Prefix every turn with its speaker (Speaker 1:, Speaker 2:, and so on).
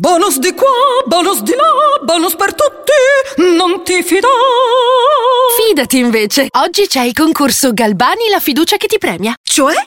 Speaker 1: Bonus di qua, bonus di là, bonus per tutti, non ti fidò.
Speaker 2: Fidati invece, oggi c'è il concorso Galbani la fiducia che ti premia.
Speaker 3: Cioè?